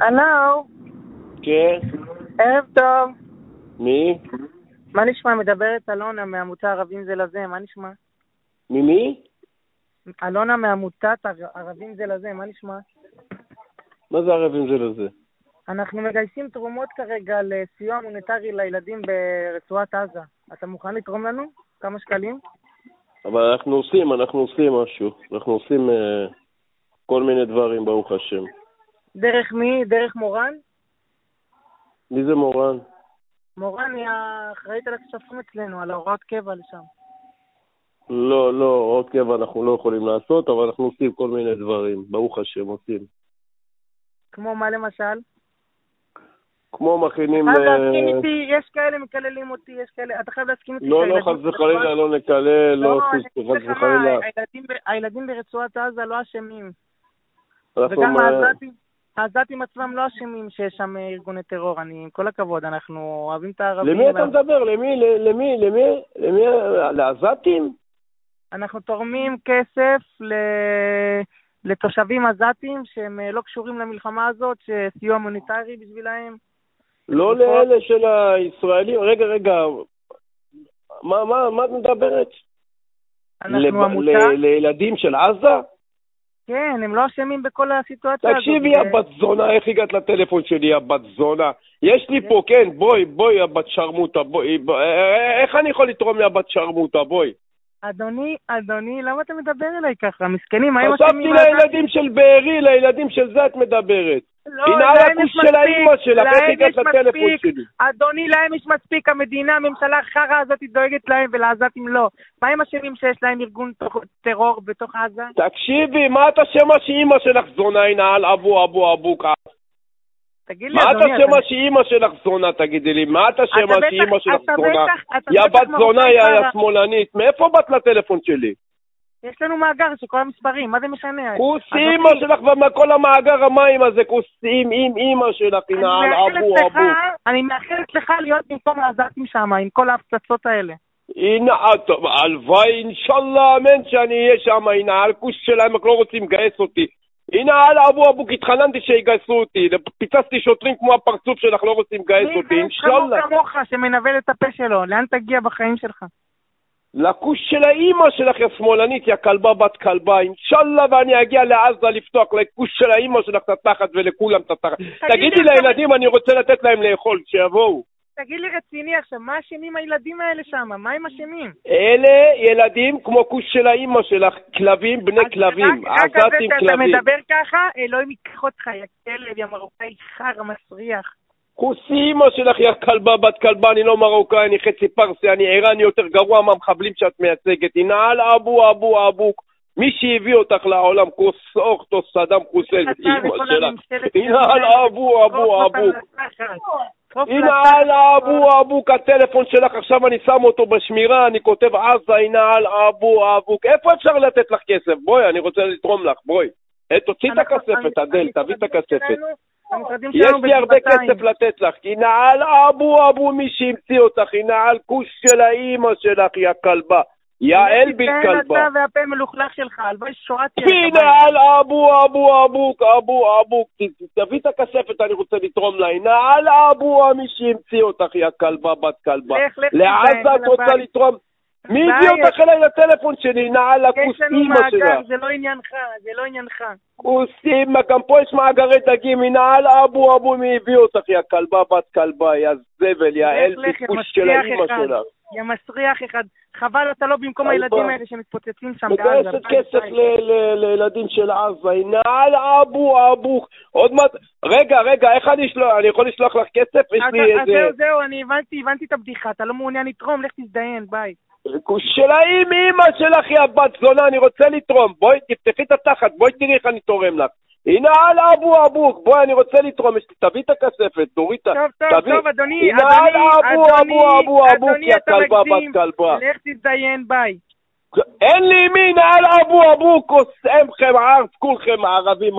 הלו, כן, ערב טוב. מי? מה נשמע? מדברת אלונה מעמותת ערבים זה לזה, מה נשמע? ממי? אלונה מעמותת ער- ערבים זה לזה, מה נשמע? מה זה ערבים זה לזה? אנחנו מגייסים תרומות כרגע לסיוע הומניטרי לילדים ברצועת עזה. אתה מוכן לתרום לנו? כמה שקלים? אבל אנחנו עושים, אנחנו עושים משהו. אנחנו עושים אה, כל מיני דברים, ברוך השם. דרך מי? דרך מורן? מי זה מורן? מורן היא האחראית על הכספים אצלנו, על ההוראות קבע לשם. לא, לא, הוראות קבע אנחנו לא יכולים לעשות, אבל אנחנו עושים כל מיני דברים, ברוך השם, עושים. כמו מה למשל? כמו מכינים... חייב אה, להסכים איתי, יש כאלה מקללים אותי, יש כאלה, אתה חייב להסכים איתי. לא, לא, שהילדים חס ברצועת- וחלילה, לא נקלל, לא, אני חס אגיד לך חס מה, וחלילה. הילדים ב- הילדים ברצועת עזה לא אשמים. אנחנו, וגם אה, העזתים, העזתים עצמם לא אשמים שיש שם אה, ארגוני טרור. אני, עם כל הכבוד, אנחנו אוהבים את הערבים. למי אתה ואנחנו- מדבר? למי? למי? למי? למי? אה, לעזתים? אנחנו תורמים כסף ל... לתושבים עזתים שהם אה, לא קשורים למלחמה הזאת, שסיוע מוניטרי בשבילהם. לא נכון. לאלה של הישראלים, רגע, רגע, מה, מה, מה את מדברת? אנחנו לב- עמותה. ל- לילדים של עזה? כן, הם לא אשמים בכל הסיטואציה הזאת. אה, תקשיבי, זה- הבת זונה, איך הגעת לטלפון שלי, הבת זונה? יש לי פה, אוקיי. כן, בואי, בואי, הבת שרמוטה, בואי, ב- אה, איך אני יכול לתרום להבת שרמוטה, בואי? אדוני, אדוני, למה אתה מדבר אליי ככה? מסכנים, האם חשבתי לילדים של בארי, לילדים של זה את מדברת. לא, הנה להם הלקוש יש של מספיק, האמא שלך, איך להם הגעת יש לטלפון מספיק. שלי? אדוני, להם יש מספיק, המדינה, הממשלה החרא הזאת דואגת להם ולעזתים לא. מה עם אשמים שיש להם ארגון תוך- טרור בתוך עזה? תקשיבי, מה את אשמה שאימא שלך זונה, הנה על אבו אבו אבו כעס? תגיד לי, מה את אדוני, אשמה שאימא שלך זונה, תגידי לי? מה את אשמה בטח- שאימא שלך אתה זונה? בטח- אתה יא בטח בת זונה, מרוקאי יא יא חרא. שמאלנית. מאיפה באת לטלפון שלי? יש לנו מאגר של כל המספרים, מה זה משנה? כוס אה, אדוני, אימא שלך וכל המאגר המים הזה, כוס עם עם אימא שלך, אני הנה על מאחלת אבו לך- אבו. אני מאחלת לך להיות במקום העזתים שם, עם כל ההפצצות האלה. הנה, אה, טוב, הלוואי, אינשאללה, אמן שאני אהיה שם, הנה, הכוס שלהם, רק לא רוצים לגייס אותי. הנה, על אבו אבו, התחננתי שיגייסו אותי. פיצצתי שוטרים כמו הפרצוף שלך, לא רוצים לגייס מי זה אותי, אינשאללה. חמור כמוך שמנבל את הפה שלו, לאן תגיע בחיים שלך? לכוש של האימא שלך, יא שמאלנית, יא כלבה בת כלבה, אינשאללה ואני אגיע לעזה לפתוח לכוש של האימא שלך את התחת ולכולם את התחת. תגידי לי, אתה- לילדים, אני רוצה לתת להם לאכול, שיבואו. תגיד לי רציני עכשיו, מה אשמים הילדים האלה שם? מה הם אשמים? אלה ילדים כמו כוש של האימא שלך, כלבים בני אז כלבים, רק- רק על זה עזתים שאתה כלבים. מדבר ככה, אלוהים ייקח אותך, יא כלב, יא מרוקאי חרא מסריח. כוסי אימא שלך, יא כלבה בת כלבה, אני לא מרוקאי, אני חצי פרסי, אני עירני יותר גרוע מהמחבלים שאת מייצגת. הנה על אבו אבו אבו. מי שהביא אותך לעולם, כוס אוכטוס, סדאם חוסיין, אתה כן, אימא וכל שלך. הממשלת הנה על ישראל, אבו אבו כוף אבו. אותם לתחת. כוף הנה לתחת. על אבו אבוק, הטלפון שלך, עכשיו אני שם אותו בשמירה, אני כותב עזה, הנה על אבו אבוק. איפה אפשר לתת לך כסף? בואי, אני רוצה לתרום לך, בואי. אה, תוציא את אנחנו- הכספת, המ- אדל, תביא את המשרדים הכספת. שלנו- המשרדים יש שלנו לי הרבה בגבעתיים. כסף לתת לך, כי נעל אבו אבו מי שהמציא אותך, היא נעל כוש של האימא שלך, יא כלבה. יא אלביט תתנהל כלבה. אתה והפה מלוכלך שלך, הלוואי שורדתי פי עליך. נעל אבו אבו אבוק אבו אבוק. ת- תביא את הכספת, אני רוצה לתרום לה. היא נעל אבו מי שהמציא אותך, יא כלבה בת כלבה. לך, לך לעזה תתנהל, את רוצה לבית. לתרום? מי ביי, הביא אותך אליי לטלפון שלי? נעל הכוס יש לנו אימא שלך. מאגר, זה לא עניינך, זה לא עניינך. כוסים, גם פה יש מאגרי דגים, הנה על אבו אבו מי הביא אותך, יא כלבה בת כלבה, יא זבל, יא אל לך, לך, יא פיקוש של האימא מסריח שלך. אחד. יא מסריח אחד. חבל, אתה לא במקום אלפה. הילדים האלה שמתפוצצים שם בעזה. מגייסת כסף ל- ל- לילדים של עזה, הנה על אבו אבו. עוד מעט, רגע, רגע, איך אני אשלוח, אני יכול לשלוח לך כסף? יש אז- לי אז זהו, איזה... זהו, אני הבנתי, הבנתי את הבדיחה. אתה לא מעוניין לתרום, לך תזדיין, ביי. כוס של האם, אימא שלך, יא בת זונה, אני רוצה לתרום. בואי, תפתחי את התחת, בואי תראי איך אני תורם לך. הנה על אבו אבוק, בואי, אני רוצה לתרום, יש לי- תביא את הכספת, תוריד את ה... טוב, טוב, תביא. טוב, אדוני, הנה אדוני, על אבו, אדוני, אבו, אבו, אבו, אדוני, כי אתה הכלבה מגזים. בת כלבה. לך תזדיין, ביי. אין לי מין על אבו אבוק, אוסמכם ערס, כולכם ערבים